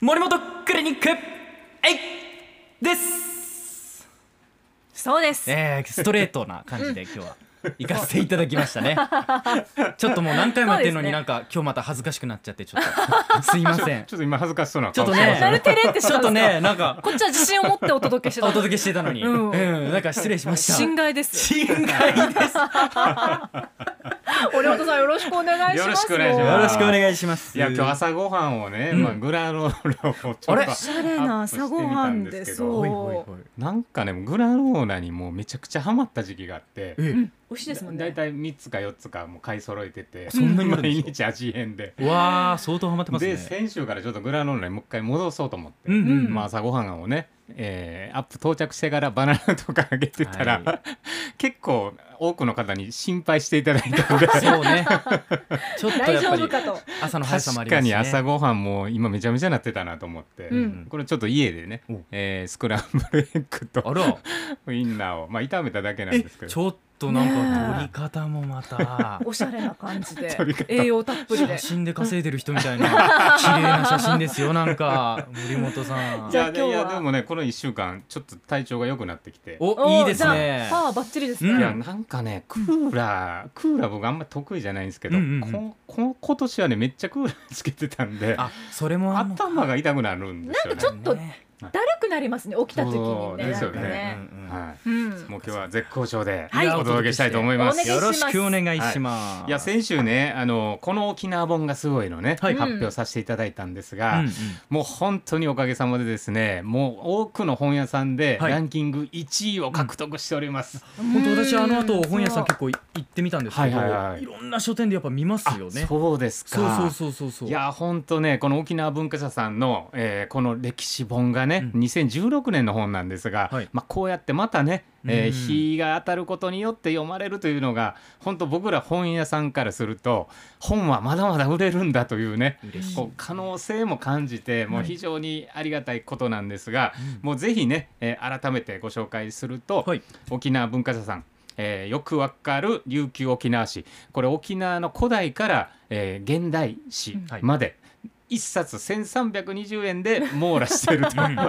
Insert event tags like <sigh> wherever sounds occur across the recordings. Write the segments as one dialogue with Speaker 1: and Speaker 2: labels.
Speaker 1: 森本クリニックえいです
Speaker 2: そうです、
Speaker 1: えー、ストレートな感じで今日は行かせていただきました <laughs> ねちょっともう何回もやってるのに
Speaker 2: そうですね
Speaker 1: なんか今日また恥ずかしくなっちゃってちょっとすいません
Speaker 3: <laughs> ちょっと今恥ずかしそう
Speaker 1: <laughs>
Speaker 3: な
Speaker 1: ちょっ
Speaker 3: 顔
Speaker 1: と
Speaker 3: してま
Speaker 1: ね
Speaker 3: した
Speaker 2: なるてれってし
Speaker 1: ち
Speaker 2: た
Speaker 1: ょっ
Speaker 2: んで
Speaker 1: と
Speaker 2: すか
Speaker 1: ねなんか
Speaker 2: こっちは自信を持ってお届けして
Speaker 1: お
Speaker 2: たの
Speaker 1: 届けしてたのに、う
Speaker 2: うんん
Speaker 1: なんか失礼しました
Speaker 2: 侵害です
Speaker 1: 侵 <laughs> 害です
Speaker 2: 森本さんよろしくお願いします
Speaker 3: よろしくお願いし
Speaker 1: よ
Speaker 3: ま
Speaker 1: ろしくお願いします
Speaker 3: いや今日朝ごはんをね、まあ、グラローラをちょっと
Speaker 1: あれ
Speaker 3: ア
Speaker 2: おしゃれな
Speaker 3: ップして
Speaker 2: 朝
Speaker 3: み
Speaker 2: ごは
Speaker 3: たん
Speaker 2: ん
Speaker 3: で
Speaker 2: です
Speaker 3: け
Speaker 2: す
Speaker 3: ど
Speaker 1: ほいほいほい
Speaker 3: なんかねグラローラにもうめちゃくちゃハマった時期があって
Speaker 1: え
Speaker 2: 美味しいですもん
Speaker 3: だい
Speaker 2: ね
Speaker 3: たい3つか4つかもう買い揃えてて
Speaker 1: そんなにあるんで
Speaker 3: 毎
Speaker 1: すか
Speaker 3: 日味変で。
Speaker 1: わあ相当ハマってます
Speaker 3: で
Speaker 1: ね
Speaker 3: 先週からちょっとグラノーラにもう一回戻そうと思って、
Speaker 1: うんうん
Speaker 3: まあ、朝ごはんをね、えーアップ到着してからバナナとかあげてたら、
Speaker 1: は
Speaker 3: <laughs> 結構多くの方に心配していただいたので
Speaker 1: そう <laughs> ねちょっと
Speaker 2: 大
Speaker 1: や
Speaker 2: 丈
Speaker 1: っぱ
Speaker 2: 夫か
Speaker 1: り
Speaker 2: と
Speaker 1: 朝の速さもありま
Speaker 3: 確
Speaker 1: すし
Speaker 3: かに
Speaker 1: ね
Speaker 3: 朝ごはんも今めちゃめちゃなってたなと思って、
Speaker 2: うん
Speaker 3: これちょっと家でね
Speaker 1: お、
Speaker 3: えースクランブルエッグと
Speaker 1: あら
Speaker 3: ウインナーを、まあ、炒めただけなんですけ
Speaker 1: ち
Speaker 3: ど
Speaker 1: ょっとなん
Speaker 2: ね
Speaker 1: か
Speaker 2: え
Speaker 1: 取り方もまた
Speaker 2: おしゃれな感じで
Speaker 3: 取り方
Speaker 2: 栄養たっぷりで
Speaker 1: 写真で稼いでる人みたいな
Speaker 2: <laughs>
Speaker 1: 綺麗な写真ですよなんか森本さん
Speaker 3: いや
Speaker 2: じゃあ今
Speaker 3: い
Speaker 2: 日は
Speaker 3: やでもねこの1週間ちょっと体調が良くなってきて
Speaker 1: お
Speaker 2: おー
Speaker 1: いいですね
Speaker 2: じゃあパワーバッチリです
Speaker 1: うん
Speaker 3: い
Speaker 2: ね
Speaker 3: やなんかねクーラークーラー僕あんま得意じゃないんですけど、
Speaker 1: うんうんうん
Speaker 3: ここ今年はねめっちゃクーラーつけてたんで
Speaker 1: あそれもあんの
Speaker 3: 頭が痛くなるんですよね
Speaker 2: ちょっと
Speaker 1: ね
Speaker 2: だるくなりますね起きた時にね
Speaker 3: ですよ
Speaker 2: なんか
Speaker 3: ね
Speaker 1: うんうんうん
Speaker 3: は
Speaker 2: う
Speaker 3: い、
Speaker 2: ん
Speaker 3: もう今日は絶好調で
Speaker 1: はい
Speaker 3: お届けしたいと思います。
Speaker 2: お願いし
Speaker 1: よ
Speaker 2: ま
Speaker 1: ろしくお願いします
Speaker 3: いや先週ねあのこの沖縄本がすごいのね、
Speaker 1: はい
Speaker 3: 発表させていただいたんです
Speaker 1: う
Speaker 3: が、
Speaker 1: んうん
Speaker 3: もう本当におかげさまでですねもう多くの本屋さんで
Speaker 1: はい
Speaker 3: ランキング1位を獲得しております、
Speaker 1: 本当私あの後本屋さん
Speaker 2: そう
Speaker 1: 結構行ってみたんですけど
Speaker 3: はいはいはい
Speaker 1: いろんな書店でやっぱ見ますよね
Speaker 3: そうですか
Speaker 1: そうそうそうそうそう
Speaker 3: いや本当ねこの沖縄文化社さんの、えーこの歴史本がね、
Speaker 1: う
Speaker 3: 2016年の本なんですが、
Speaker 1: はい
Speaker 3: まあ、こうやってまたね、えー
Speaker 1: うん
Speaker 3: 日が当たることによって読まれるというのが本当僕ら本屋さんからすると本はまだまだ売れるんだというね
Speaker 1: 嬉しい
Speaker 3: こう可能性も感じてもう
Speaker 1: はい
Speaker 3: 非常にありがたいことなんですが、もうぜひね、えー改めてご紹介すると、
Speaker 1: はい
Speaker 3: 沖縄文化社さん、えーよくわかる琉球沖縄史これ沖縄の古代から、えー現代史
Speaker 1: はい
Speaker 3: まで、一冊1320円で網羅してると
Speaker 1: <laughs> う
Speaker 3: <laughs> ま
Speaker 1: ん
Speaker 3: あ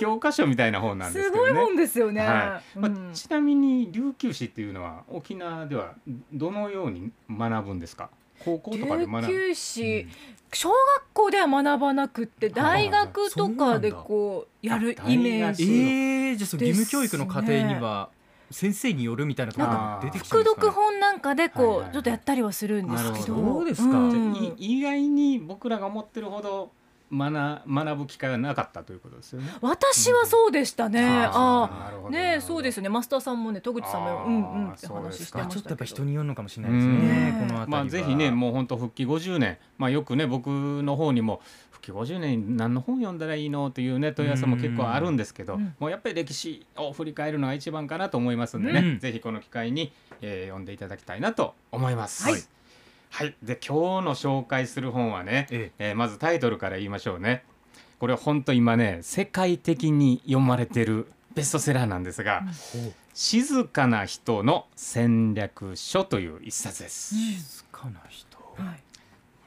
Speaker 3: 教科書みたいな本なんですすけ
Speaker 2: ごい
Speaker 3: どね。
Speaker 2: 本ですよね
Speaker 3: はいま
Speaker 2: うん
Speaker 3: あ、ちなみに琉球史っていうのは沖縄ではどのように学ぶんですか高校とか
Speaker 2: 琉
Speaker 3: で学ぶ
Speaker 2: 球史小学校では学ばなくって大学とかでこうやるイメー
Speaker 1: え
Speaker 2: ジ
Speaker 1: ー、じゃあその義務教育の過程には先生によるみたいなところが出てきたん
Speaker 2: 副
Speaker 1: ですか、ね、
Speaker 2: 読本なんかで
Speaker 3: はい
Speaker 2: こ
Speaker 3: はいはいう
Speaker 2: ちょっとやったりはするんですけど
Speaker 3: なる
Speaker 1: ほどそうですか
Speaker 2: ん
Speaker 3: じゃあい意外に僕らが思ってるほど学学ぶ機会がなかったということですよね。
Speaker 2: 私はそうでしたねあ
Speaker 3: なるほ
Speaker 2: あ
Speaker 3: ど
Speaker 2: ねそうですねマスターさんもね戸口さん
Speaker 3: あ
Speaker 2: も
Speaker 3: ー
Speaker 2: うんうんって
Speaker 3: そうで
Speaker 2: 話
Speaker 3: す
Speaker 2: し
Speaker 3: か
Speaker 2: てま
Speaker 1: ちょっ
Speaker 2: し
Speaker 1: とや
Speaker 2: た
Speaker 1: っぱ
Speaker 2: け
Speaker 1: 人
Speaker 2: ど
Speaker 1: によるのかもしれないですね
Speaker 2: うん
Speaker 1: この辺りは、
Speaker 3: まあぜひねもう本当復帰50年、まあ、よくね僕の方にも復帰50年に何の本読んだらいいのというね問い合わせも結構あるんですけど、
Speaker 2: うん
Speaker 3: もうやっぱり歴史を振り返るのが一番かなと思いますんでね、
Speaker 1: うん
Speaker 3: ぜひこの機会に、えー読んでいただきたいなと思います。
Speaker 1: はい
Speaker 3: はい、で今日の紹介する本はね、
Speaker 1: え
Speaker 3: えーまずタイトルから言いましょうねこれは本当今ね世界的に読まれてるベストセラーなんですが
Speaker 2: うん
Speaker 3: 「静かな人の戦略書」という一冊です。
Speaker 2: うん
Speaker 1: 静かな人
Speaker 2: は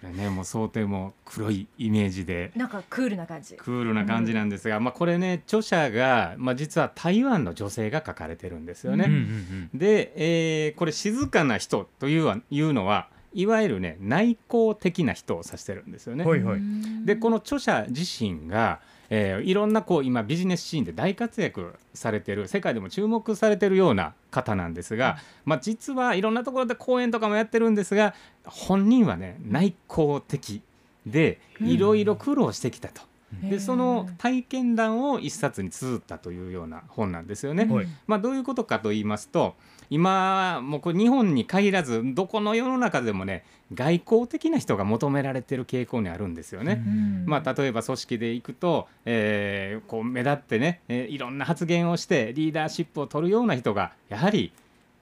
Speaker 3: これねもう想定も黒いイメージで
Speaker 2: いなんかクールな感じ
Speaker 3: クールな感じなんですが、まあ、これね著者が、まあ、実は台湾の女性が書かれてるんですよね。
Speaker 1: うんうん
Speaker 3: で、えーこれ「静かな人」というはいうのはいわゆるね内向的な人を指してるんですよね。
Speaker 1: はいはい
Speaker 3: でこ
Speaker 2: の
Speaker 3: の著者自身が、えーいろんなこう今ビジネスシーンで大活躍されてる世界でも注目されてるような方なんですが、まあ、実はいろんなところで講演とかもやってるんですが本人はね内向的で
Speaker 2: うん
Speaker 3: いろいろ苦労してきたと、
Speaker 1: うん
Speaker 3: でその体験談を一冊に綴ったというような本なんですよね。
Speaker 1: うんはい
Speaker 3: まあ、どういうことかと言いますと今もうこれ日本に限らずどこの世の中でもね外交的な人が求められてる傾向にあるんですよね。
Speaker 1: うん
Speaker 3: まあ、例えば組織でいくと、えーこう目立ってね、えーいろんな発言をしてリーダーシップを取るような人がやはり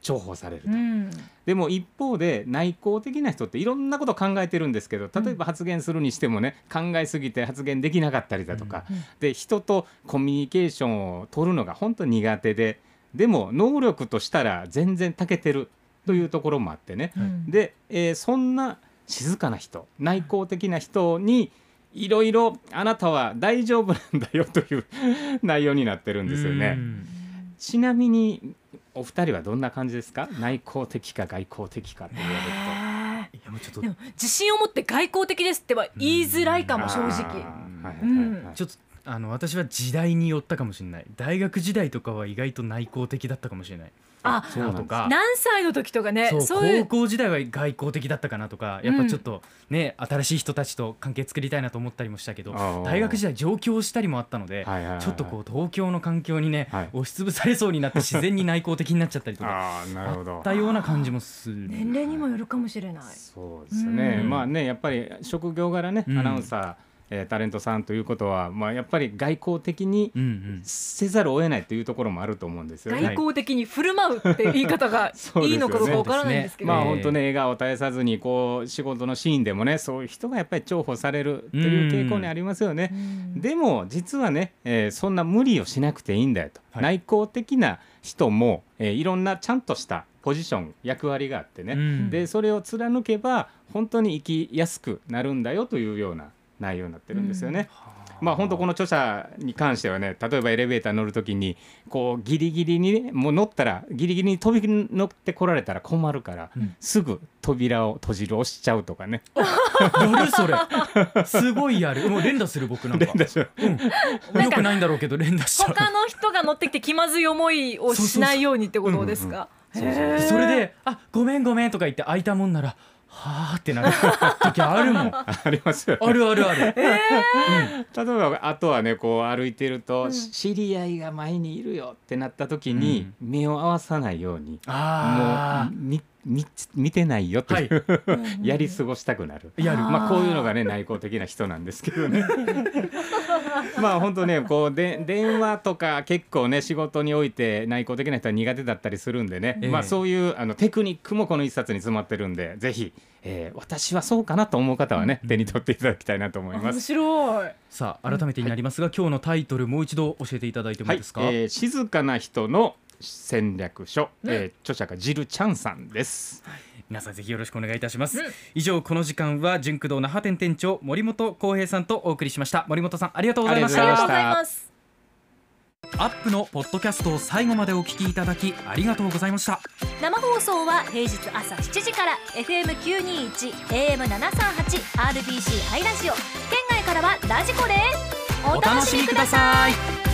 Speaker 3: 重宝されると、
Speaker 2: うん
Speaker 3: でも一方で内向的な人っていろんなこと考えてるんですけど例えば発言するにしてもね考えすぎて発言できなかったりだとか、
Speaker 2: うんうん
Speaker 3: で人とコミュニケーションを取るのが本当に苦手ででも能力としたら全然たけてるというところもあってね、
Speaker 2: うん
Speaker 3: で、えーそんな静かな人内向的な人に、いろいろあなたは大丈夫なんだよという <laughs> 内容になってるんですよね。ちなみにお二人はどんな感じですか内向的か外向的かって言われる
Speaker 2: へ
Speaker 1: いやもうちょっ
Speaker 2: ー
Speaker 1: と
Speaker 2: でも自信を持って外交的ですっては言いづらいか
Speaker 3: と。
Speaker 2: も正
Speaker 3: あ
Speaker 2: 直
Speaker 3: ーはいはいはい
Speaker 1: ちょっとあの私は時代によったかもしれない大学時代とかは意外と内向的だったかもしれない
Speaker 2: あ
Speaker 3: そうなんです
Speaker 1: とか
Speaker 2: 何歳の時とかね
Speaker 1: そう
Speaker 2: そういう
Speaker 1: 高校時代は外交的だったかなとかやっぱちょっとね、新しい人たちと関係作りたいなと思ったりもしたけど
Speaker 3: あー
Speaker 1: 大学時代上京したりもあったので、
Speaker 3: はいはいはい
Speaker 1: ちょっとこう東京の環境にね、
Speaker 3: はい
Speaker 1: 押しつぶされそうになって自然に内向的になっちゃったりとか
Speaker 3: ああなる
Speaker 1: あ
Speaker 3: ほど
Speaker 1: っ。たような感じもする。
Speaker 2: 年齢にもよるかもしれない
Speaker 3: そうですね、
Speaker 1: うん
Speaker 3: まあねやっぱり職業柄ね、
Speaker 1: うん
Speaker 3: アナウンサー、えータレントさんということは、まあ、やっぱり外交的に
Speaker 1: うんうん、
Speaker 3: せざるを得ないというところもあると思うんですよね。
Speaker 2: 外交的に振る舞うって言い方が
Speaker 3: <laughs> そうですよね
Speaker 2: いいのかどうかわからないんですけど
Speaker 3: まあ
Speaker 1: ええ
Speaker 3: 本当ね笑顔を絶やさずにこう仕事のシーンでもねそういう人がやっぱり重宝されるという傾向にありますよね。
Speaker 2: うん
Speaker 3: でも実はね、えーそんな無理をしなくていいんだよと、
Speaker 1: はい
Speaker 3: 内向的な人も、えーいろんなちゃんとしたポジション役割があってね、
Speaker 1: うん
Speaker 3: でそれを貫けば本当に生きやすくなるんだよというような内容になってるんですよね。まあ本当この著者に関してはね例えばエレベーター乗る時にこうギリギリにねもう乗ったらギリギリに飛び乗ってこられたら困るから、
Speaker 1: うん
Speaker 3: すぐ扉を閉じる押しちゃうとかね
Speaker 1: やるそれすごいやるもう連打する僕なんかうん、よくないんだろうけど連打しちゃう
Speaker 2: 他の人が乗ってきて気まずい思いをしないようにってことですか
Speaker 3: そうそう
Speaker 2: へー
Speaker 1: それで「あごめんごめん」とか言って開いたもんなら「はあ」ってなる時あるも
Speaker 3: <laughs>
Speaker 1: んあ
Speaker 3: ありますよね
Speaker 1: るあるある、
Speaker 3: 例えばあとはねこう歩いてると、
Speaker 2: うん
Speaker 3: 知り合いが前にいるよってなった時に、目を合わさないようにも
Speaker 1: あ
Speaker 3: うみみ見てないよという、
Speaker 2: うん
Speaker 3: やり過ごしたくなる。
Speaker 1: やる
Speaker 3: まあこういうのがね内向的な人なんですけ
Speaker 1: <laughs>
Speaker 3: どね。まあ本当ねこうで電話とか結構ね仕事において内向的な人は苦手だったりするんでね、
Speaker 1: ええ
Speaker 3: まあそういうあのテクニックもこの一冊に詰まってるんでぜひ、えー私はそうかなと思う方はね、手に取っていただきたいなと思いま
Speaker 2: 面
Speaker 3: す。
Speaker 2: 白い
Speaker 1: さあ改めてになりますが、今日のタイトルもう一度教えていただいても
Speaker 3: はい
Speaker 1: い
Speaker 3: い、え
Speaker 1: ですか、
Speaker 3: ー静かな人の戦略書、
Speaker 2: うん
Speaker 3: えー著者がジルチャンさんです。
Speaker 1: 皆さんぜひよろしくお願いいたします、
Speaker 2: うん
Speaker 1: 以上この時間は純駆動那覇店店長森本浩平さんとお送りしました森本さんありがとうございまし
Speaker 2: あ
Speaker 3: あ
Speaker 2: り
Speaker 3: り
Speaker 2: が
Speaker 3: が
Speaker 2: とうご
Speaker 3: とうご
Speaker 2: ざ
Speaker 3: ざ
Speaker 2: い
Speaker 3: い
Speaker 2: ま
Speaker 3: ます
Speaker 1: アップのポッドキャストを最後までお聞きいただきありがとうございました
Speaker 4: 生放送は平日朝7時から FM921 AM738 RBC ハイラジオ県外からはラジコですお楽しみください
Speaker 1: さい